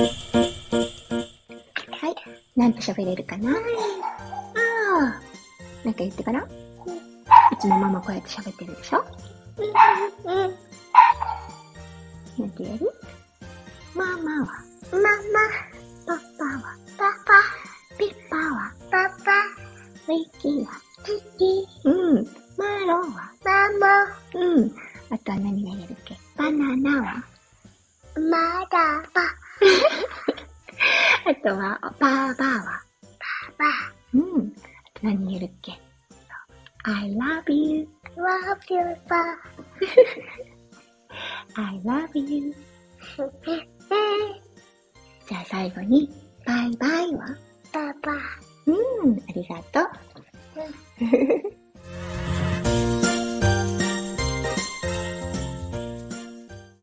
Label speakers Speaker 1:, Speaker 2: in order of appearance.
Speaker 1: はい。なんと喋れるかなああ。なんか言ってからいつもママこうやって喋ってるでしょなんて言えるママはパパはピッパはウィッキーはうん。マロはうん。あとは何が言えるっけバナナはあとは、バーバーはうん。あと何言えるっけ ?I love you, I love you. じゃあ最後に、バイバイはうん、ありがとう。